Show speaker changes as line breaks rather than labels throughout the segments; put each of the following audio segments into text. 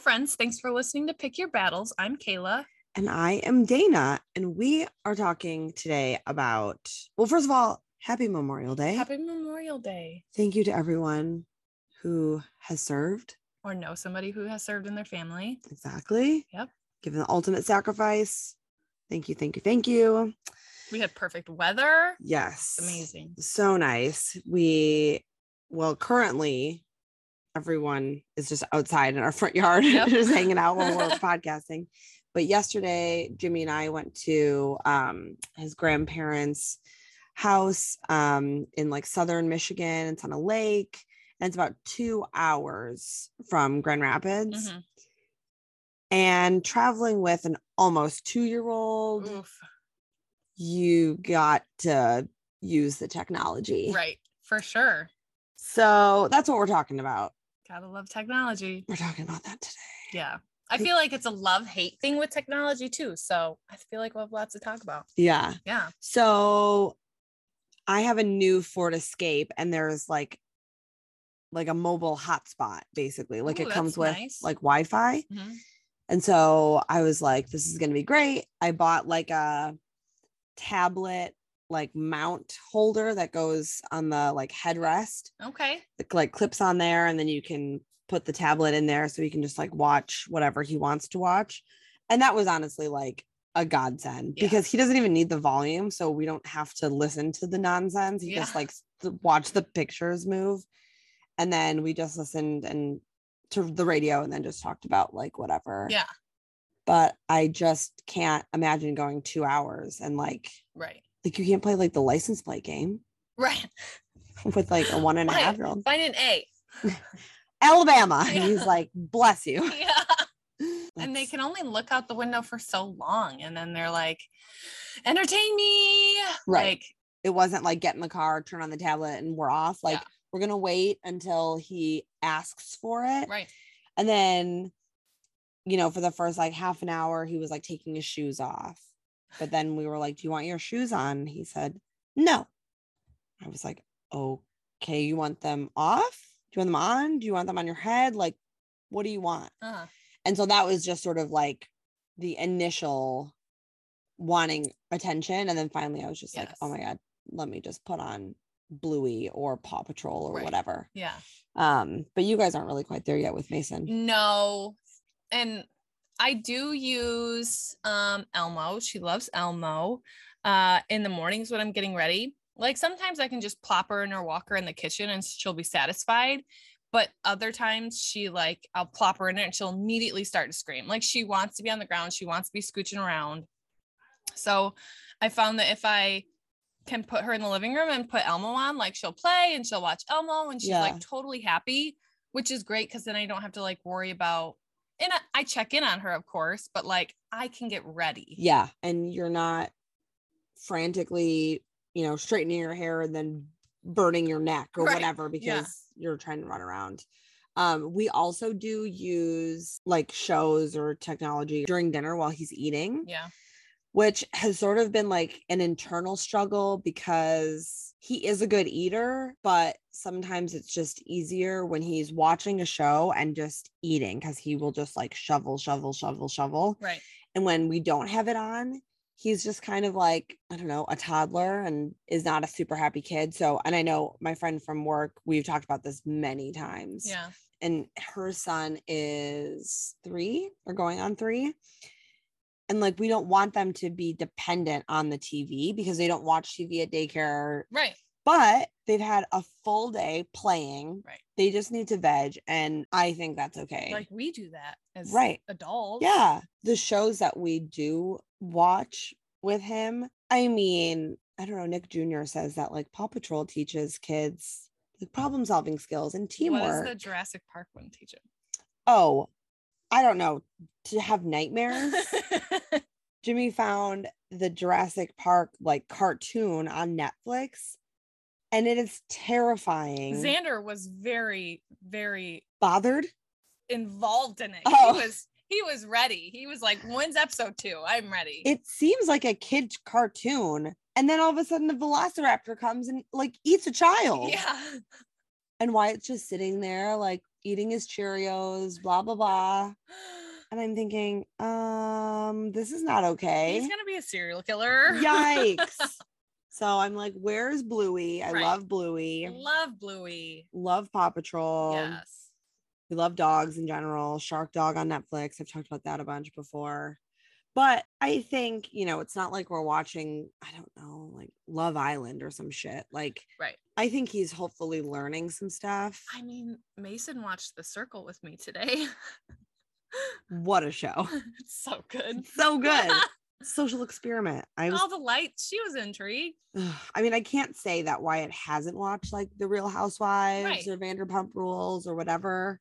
friends. Thanks for listening to Pick Your Battles. I'm Kayla.
And I am Dana, and we are talking today about, well, first of all, happy Memorial Day.
Happy Memorial Day.
Thank you to everyone who has served.
Or know somebody who has served in their family.
Exactly.
Yep.
Given the ultimate sacrifice. Thank you, thank you, thank you.
We had perfect weather.
Yes.
Amazing.
So nice. We, well, currently, everyone is just outside in our front yard,
Yep.
just hanging out while we're podcasting. But yesterday, Jimmy and I went to um, his grandparents' house um, in like southern Michigan. It's on a lake, and it's about two hours from Grand Rapids.
Mhm.
And traveling with an almost two year old,
Oof.
you got to use the technology.
Right. For sure.
So that's what we're talking about.
Gotta love technology.
We're talking about that today.
Yeah. I feel like it's a love hate thing with technology too. So I feel like we'll have lots to talk about.
Yeah.
Yeah.
So I have a new Ford Escape and there's like like a mobile hotspot basically. Like
Ooh,
it comes
that's
with
nice.
like Wi-Fi.
Mhm.
And so I was like this is going to be great. I bought like a tablet like mount holder that goes on the like headrest.
Okay.
It like clips on there and then you can put the tablet in there so he can just like watch whatever he wants to watch. And that was honestly like a godsend
Yeah.
because he doesn't even need the volume. So we don't have to listen to the nonsense. He just
Yeah.
like s- watch the pictures move. And then we just listened and to the radio and then just talked about like whatever.
Yeah.
But I just can't imagine going two hours and like
Right.
like you can't play like the license plate game
Right.
with like a one and a
Why?
half year old.
Find an A.
Alabama.
Yeah.
He's like, bless you.
Yeah. and they
That's-
can only look out the window for so long and then they're like entertain me
Right.
like
it wasn't like get in the car, turn on the tablet, and we're off. Like
Yeah.
we're gonna wait until he asks for it.
right
And then, you know, for the first like half an hour, he was like taking his shoes off. But then we were like, Do you want your shoes on? He said, No. I was like, Okay, you want them off? Do you want them on? Do you want them on your head? Like, what do you want?
uh,
And so that was just sort of like the initial wanting attention. And then finally, I was just like, oh
Yes.
my God, let me just put on Bluey or Paw Patrol or
Right.
whatever.
yeah
Um, but you guys aren't really quite there yet with
Mm.
Mason.
no and i do use um elmo she loves elmo uh in the mornings when i'm getting ready like sometimes i can just plop her in her walker in the kitchen and she'll be satisfied but other times she like i'll plop her in there and she'll immediately start to scream like she wants to be on the ground she wants to be scooching around so i found that if i can put her in the living room and put elmo on like she'll play and she'll watch elmo and she's
Yeah.
like totally happy which is great because then i don't have to like worry about and I, I check in on her of course but like i can get ready
Yeah. And you're not frantically, you know, straightening your hair and then burning your neck or
Right.
whatever because
Yeah.
you're trying to run around. Um, we also do use like shows or technology during dinner while he's eating.
yeah
which has sort of been like an internal struggle because he is a good eater, but sometimes it's just easier when he's watching a show and just eating because he will just like shovel, shovel, shovel, shovel.
right
And when we don't have it on, he's just kind of like, I don't know, a toddler and is not a super happy kid. So, and I know my friend from work, we've talked about this many times
yeah
and her son is three or going on three. And like, we don't want them to be dependent on the TV because they don't watch TV at daycare,
right
but they've had a full day playing.
Right.
They just need to veg. And I think that's okay.
like we do that as
Right.
adults
yeah. The shows that we do watch with him, I mean, I don't know. Nick Jr. says that like Paw Patrol teaches kids like problem solving skills and teamwork.
what does the jurassic park one teach
oh, I don't know, to have nightmares.
him
Jimmy found the Jurassic Park like cartoon on Netflix, and it is terrifying.
xander was very very
Bothered?
involved in it
Oh.
he was he was ready he was like when's episode two i'm ready
It seems like a kid's cartoon, and then all of a sudden the Velociraptor comes and like eats a child.
yeah
and Wyatt's just sitting there like eating his Cheerios, blah blah blah. And I'm thinking, um, this is not okay.
He's gonna be a serial killer.
Yikes. so I'm like, where's Bluey? I
Right.
love Bluey.
Love Bluey.
Love Paw Patrol.
yes.
We love dogs in general. Shark Dog on Netflix. I've talked about that a bunch before. But I think, you know, it's not like we're watching, I don't know, like Love Island or some shit. Like,
Right.
I think he's hopefully learning some stuff.
I mean, Mason watched The Circle with me today.
What a show.
it's so good.
So good. Social experiment. I was,
All the lights. She was intrigued.
Ugh, I mean, I can't say that Wyatt hasn't watched like The Real Housewives
Right.
or Vanderpump Rules or whatever.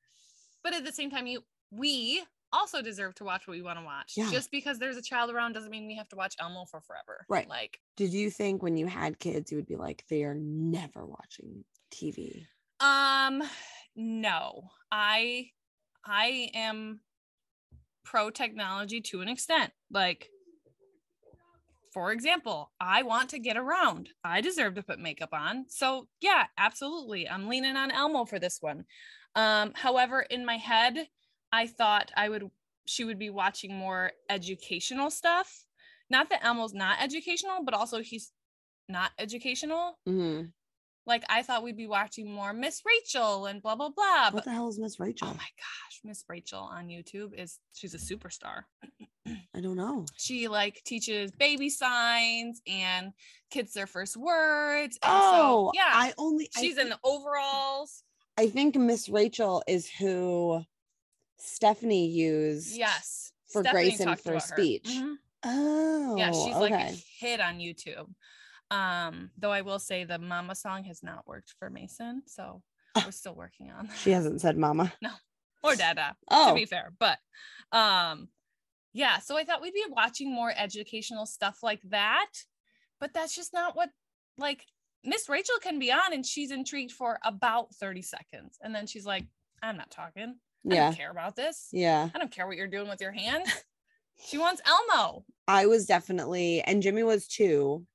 But at the same time, you we also deserve to watch what we want to watch.
Yeah.
Just because there's a child around doesn't mean we have to watch Elmo for forever.
Right.
Like
Did you think when you had kids, you would be like, they are never watching TV?
Um, no, I, I am pro technology to an extent. Like, for example, I want to get around. I deserve to put makeup on. So yeah, absolutely. I'm leaning on Elmo for this one. Um, however, in my head, I thought I would she would be watching more educational stuff. Not that Elmo's not educational, but also he's not educational
Mm-hmm.
like I thought we'd be watching more Miss Rachel and blah blah blah.
What
But
the hell is Miss
oh
Rachel?
my gosh, Miss Rachel on YouTube is she's a superstar.
I don't know.
She like teaches baby signs and kids their first words. and so,
Oh,
yeah,
I only
she's
I,
in the overalls.
I think Miss Rachel is who Stephanie used.
Yes,
for Grayson
talked
for
about her.
speech.
Mhm.
Oh.
Yeah, she's
okay.
like a hit on YouTube. Um, though I will say the Mama song has not worked for Mason, so we're still working on that.
she hasn't said mama.
or Dada. to
Oh.
be fair but um yeah so i thought we'd be watching more educational stuff like that but that's just not what like miss rachel can be on and she's intrigued for about 30 seconds and then she's like i'm not talking i
Yeah.
don't care about this
Yeah.
i don't care what you're doing with your hand she wants elmo
I was definitely and Jimmy was too.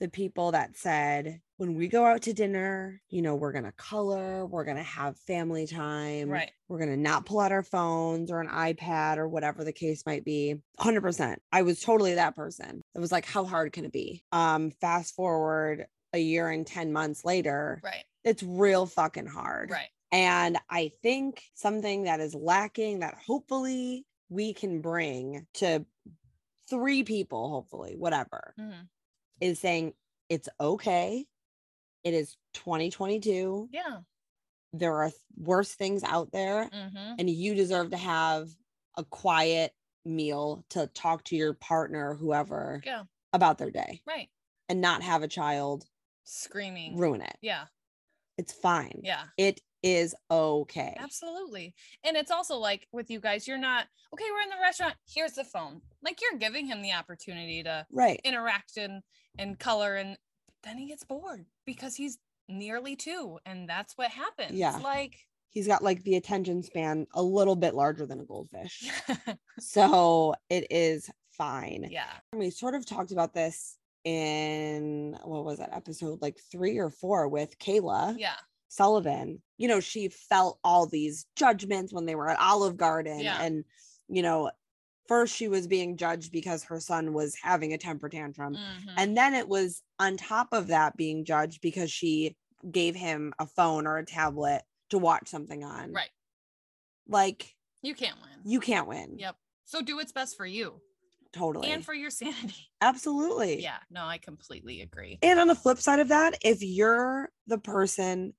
The people that said when we go out to dinner, you know, we're gonna color, we're gonna have family time.
right
we're going to not pull out our phones or an iPad or whatever the case might be. 100%. I was totally that person. It was like how hard can it be? Um fast forward a year and 10 months later,
right
it's real fucking hard.
right
And I think something that is lacking that hopefully we can bring to three people hopefully, whatever,
Mhm.
is saying it's okay. It is 2022.
yeah
There are worse things out there
hmm
and you deserve to have a quiet meal to talk to your partner, whoever,
Yeah.
about their day
right
and not have a child
screaming
ruin it.
yeah
It's fine.
yeah
It is okay.
Absolutely. And it's also like with you guys, you're not, okay, we're in the restaurant, here's the phone. Like you're giving him the opportunity to
Right.
interact and and color and then he gets bored because he's nearly two and that's what happens.
Yeah.
Like
He's got like the attention span a little bit larger than a goldfish. so it is fine.
yeah.
And We sort of talked about this in what was that episode like three or four with Kayla.
Yeah.
Sullivan, you know, she felt all these judgments when they were at Olive Garden.
Yeah.
And, you know, first she was being judged because her son was having a temper tantrum.
Mhm.
And then it was on top of that being judged because she gave him a phone or a tablet to watch something on.
Right.
Like,
You can't win.
you can't win.
Yep. so do what's best for you
Totally.
and for your sanity.
Absolutely.
Yeah. No, I completely agree.
And on the flip side of that, if you're the person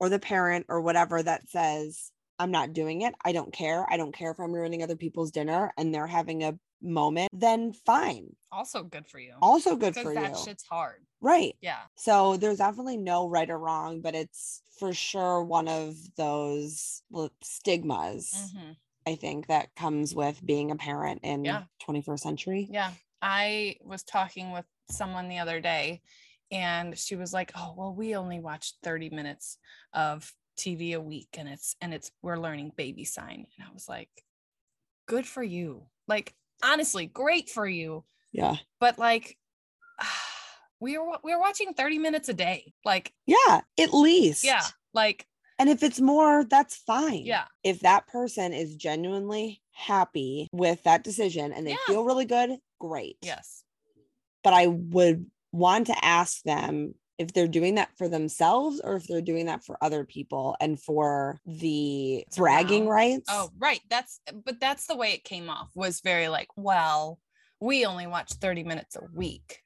or the parent or whatever that says, I'm not doing it, I don't care, I don't care if I'm ruining other people's dinner and they're having a moment, then fine.
Also good for you.
Also good
Because
for
that
you.
shit's hard.
Right.
Yeah.
So there's definitely no right or wrong, but it's for sure one of those l- stigmas,
hmm
I think, that comes with being a parent in
Yeah.
21st century.
Yeah. I was talking with someone the other day and she was like, "Oh, well we only watch 30 minutes of TV a week and it's and it's we're learning baby sign." And I was like, "Good for you." Like honestly, great for you.
Yeah.
But like we were we were watching 30 minutes a day. Like
Yeah. At least.
yeah, Like,
And if it's more, that's fine.
yeah,
If that person is genuinely happy with that decision and they
Yeah.
feel really good, great.
yes.
But I would want to ask them if they're doing that for themselves or if they're doing that for other people and for the
It's
bragging
around.
rights.
Oh, right. That's but that's the way it came off was very like, well, we only watch 30 minutes a week.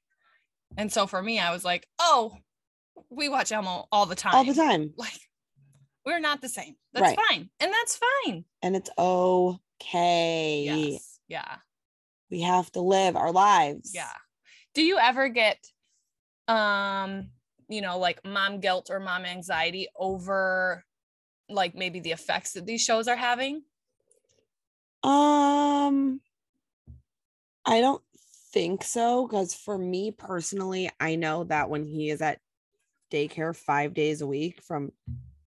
And so for me, I was like, oh, we watch Elmo all the time.
all the time.
Like, we're not the same. That's
Right.
fine. And that's fine.
And it's okay.
Yes. Yeah.
We have to live our lives.
Yeah. Do you ever get um, you know, like mom guilt or mom anxiety over like maybe the effects that these shows are having?
Um, I don't think so because for me personally, I know that when he is at daycare five days a week from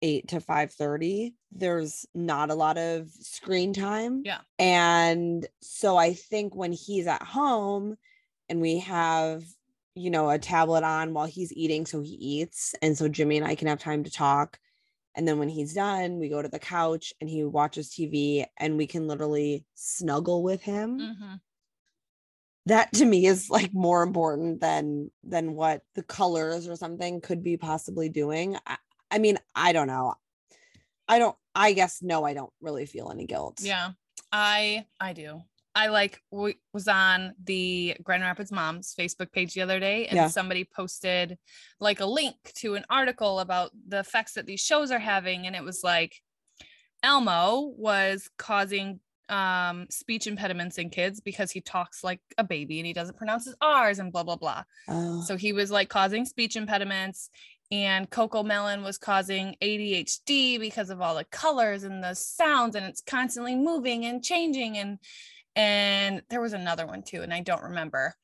eight to five thirty, there's not a lot of screen time.
Yeah.
and so I think when he's at home and we have you know a tablet on while he's eating, so he eats, and so Jimmy and I can have time to talk. And then when he's done, we go to the couch and he watches TV and we can literally snuggle with him.
Mm-hmm.
That to me is like more important than than what the colors or something could be possibly doing. I, I mean, I don't know. I don't I guess no, I don't really feel any guilt.
Yeah, I I do. I like w- was on the Grand Rapids Moms Facebook page the other day, and
Yeah.
somebody posted like a link to an article about the effects that these shows are having, and it was like Elmo was causing um speech impediments in kids because he talks like a baby and he doesn't pronounce his r's and blah blah blah
Oh,
so he was like causing speech impediments, and Coco Melon was causing ADHD because of all the colors and the sounds, and it's constantly moving and changing. And and there was another one too, and I don't remember.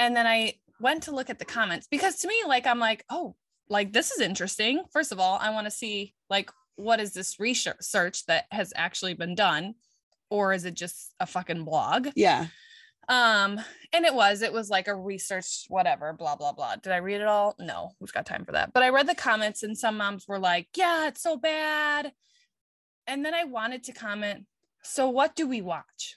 And then I went to look at the comments because to me, like I'm like, oh, like this is interesting. First of all, I want to see like what is this research that has actually been done, or is it just a fucking blog?
yeah.
Um, and it was, it was like a research, whatever, blah, blah, blah. Did I read it all? No, who's got time for that? But I read the comments, and some moms were like, yeah, it's so bad. And then I wanted to comment, so what do we watch?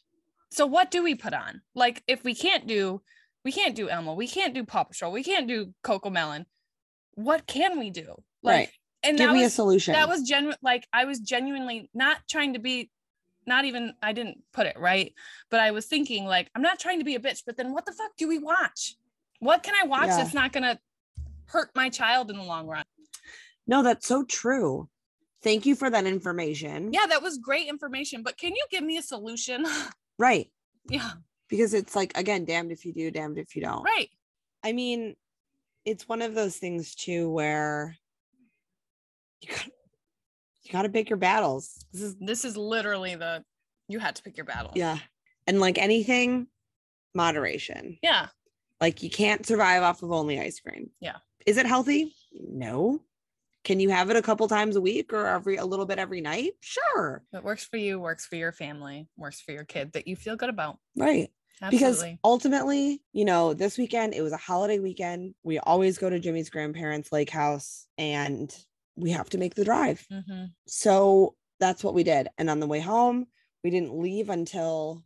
So what do we put on? Like, if we can't do, we can't do Elmo, we can't do Paw Patrol, we can't do Coco Melon, what can we do? Like,
Right.
and
Give
that
me a
was,
solution.
that was genuine like i was genuinely not trying to be not even i didn't put it right but i was thinking like i'm not trying to be a bitch but then what the fuck do we watch what can i watch
Yeah.
that's not gonna hurt my child in the long run
no, that's so true. Thank you for that information.
yeah that was great information but can you give me a solution
Right.
yeah
Because it's like again, damned if you do, damned if you don't.
right
I mean, it's one of those things too where you got you got to pick your battles. This is
this is literally the you had to pick your battle
yeah, and like anything, moderation.
yeah
Like you can't survive off of only ice cream.
Yeah.
is it healthy? No. Can you have it a couple times a week or every a little bit every night? Sure.
what works for you works for your family works for your kid that you feel good about
Right. because
absolutely
ultimately, you know, this weekend it was a holiday weekend. We always go to Jimmy's grandparents' lake house and we have to make the drive.
hmm
So that's what we did. And on the way home, we didn't leave until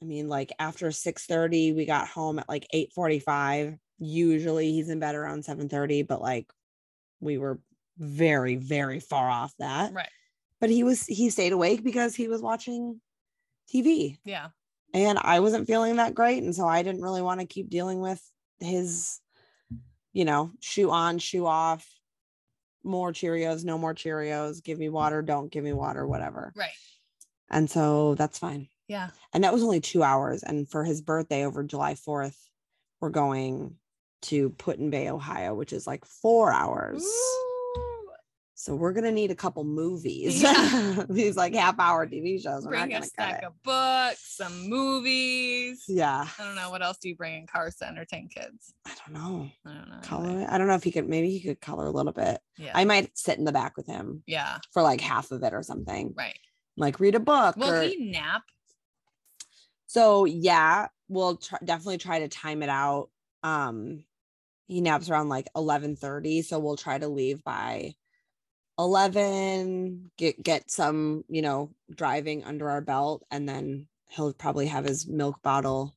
I mean, like after 6:30, we got home at like 8:45. Usually he's in bed around 7:30, but like we were very, very far off that.
right
But he was he stayed awake because he was watching TV
yeah
and I wasn't feeling that great. And so I didn't really want to keep dealing with his, you know, shoe on, shoe off, more Cheerios, no more Cheerios, give me water, don't give me water, whatever.
right
And so that's fine.
yeah
And that was only two hours. And for his birthday over July 4th, we're going to Put in Bay, Ohio, which is like four hours.
Ooh.
So we're gonna need a couple movies,
Yeah.
these like half hour TV shows. We're
bring
not
a
gonna cut
stack
it.
of books, some movies.
Yeah,
I don't know what else do you bring in cars to entertain kids.
I don't know.
I don't know.
color it. I don't know if he could maybe he could color a little bit.
Yeah.
I might sit in the back with him
yeah.
for like half of it or something.
Right.
Like read a book.
Will
or-
he nap?
so yeah, we'll tr- definitely try to time it out. Um he naps around like 11:30, so we'll try to leave by 11 get get some you know driving under our belt and then he'll probably have his milk bottle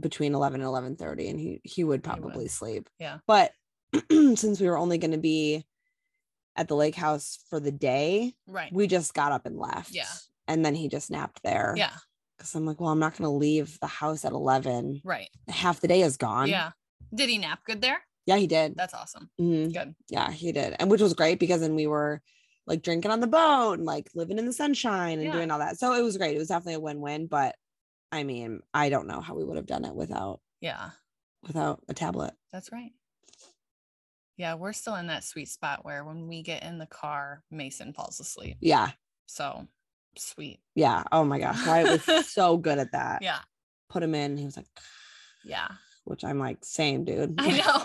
between 11 and 11:30 and he he would probably sleep
Yeah.
but since we were only going to be at the lake house for the day
Right.
we just got up and left
Yeah.
and then he just napped there
Yeah.
because i'm like well i'm not going to leave the house at 11
Right.
half the day is gone
Yeah. Did he nap good there?
yeah he did
That's awesome.
Mhm.
Good.
Yeah, he did. And which was great because then we were like drinking on the boat and like living in the sunshine and
Yeah.
doing all that. So it was great. It was definitely a win-win, but I mean, I don't know how we would have done it without
Yeah.
without a tablet.
That's right. Yeah, we're still in that sweet spot where when we get in the car, Mason falls asleep.
Yeah.
So sweet.
Yeah. Oh my gosh. Wyatt was so good at that.
Yeah.
Put him in. He was like,
Yeah.
which I'm like, same dude.
I know.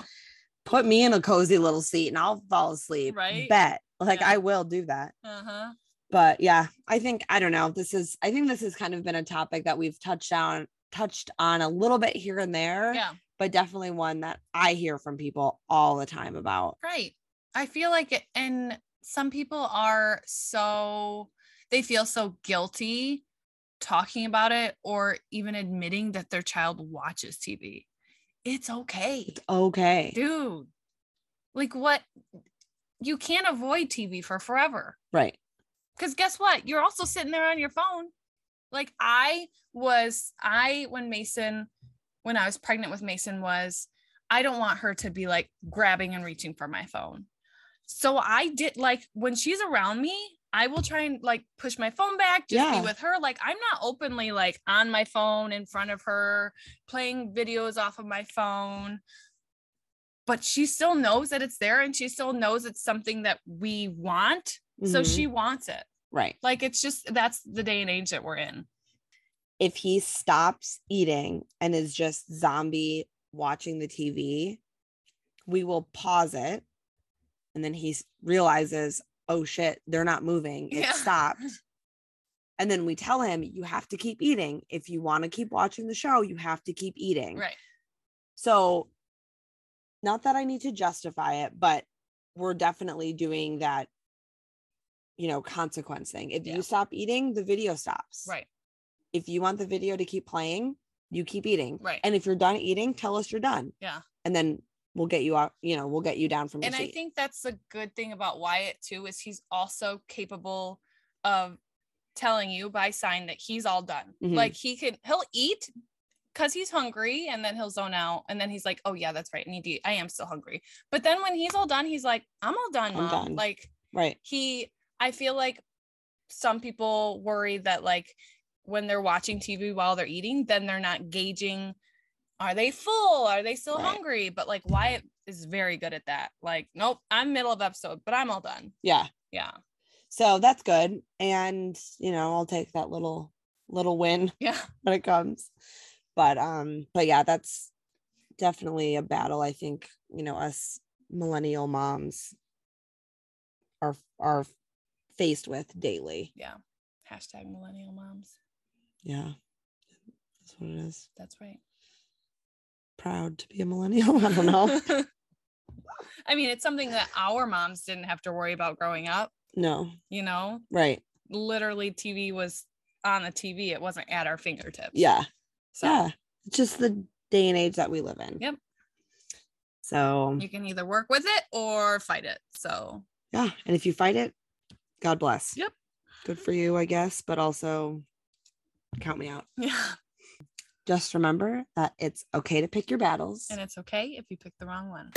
Put me in a cozy little seat and I'll fall asleep.
Right?
Bet. Like
Yeah.
I will do that.
Uh-huh.
but yeah i think i don't know this is i think this has kind of been a topic that we've touched on touched on a little bit here and there
Yeah.
but definitely one that i hear from people all the time about
Right. I feel like it and some people are so they feel so guilty talking about it or even admitting that their child watches TV. It's okay.
okay
Dude. Like what you can't avoid TV for forever.
right
Because guess what? You're also sitting there on your phone. Like I was, I, when Mason, when I was pregnant with Mason, was I don't want her to be like grabbing and reaching for my phone. So I did like when she's around me, I will try and like push my phone back, just
Yeah.
be with her. Like I'm not openly like on my phone in front of her, playing videos off of my phone. But she still knows that it's there and she still knows it's something that we want so
Mhm.
she wants it
right
like it's just that's the day and age that we're in
if he stops eating and is just zombie watching the tv we will pause it and then he s- realizes oh shit they're not moving it
Yeah.
stopped And then we tell him, you have to keep eating. If you want to keep watching the show, you have to keep eating.
right
So, not that I need to justify it, but we're definitely doing that, you know, consequence thing. If
Yeah.
you stop eating, the video stops.
right
If you want the video to keep playing, you keep eating.
Right.
And if you're done eating, tell us you're done.
Yeah.
And then we'll get you out, you know, we'll get you down from
and
your
i
seat.
think that's the good thing about wyatt too is he's also capable of telling you by sign that he's all done
Mhm.
like he can he'll eat because he's hungry and then he'll zone out and then he's like oh yeah that's right i need to eat. i am still hungry but then when he's all done he's like i'm all done
I'm
mom
done.
like
right.
he i feel like some people worry that like when they're watching tv while they're eating then they're not gauging are they full are they still
Right.
hungry but like wyatt is very good at that like nope i'm middle of episode but i'm all done
Yeah.
yeah
So that's good. And, you know, I'll take that little, little win.
yeah
when it comes. But um, but yeah, that's definitely a battle. I think you know us millennial moms are are faced with daily.
yeah hashtag millennial moms
Yeah, that's what it is.
that's right
Proud to be a millennial. I don't know.
i mean it's something that our moms didn't have to worry about growing up
no,
you know
right?
literally tv was on the tv it wasn't at our fingertips
Yeah,
so
yeah. It's just the day and age that we live in.
Yep.
So
you can either work with it or fight it. So
yeah, and if you fight it, God bless.
Yep.
Good for you, I guess. But also, count me out.
yeah,
just remember that it's okay to pick your battles.
and it's okay if you pick the wrong one.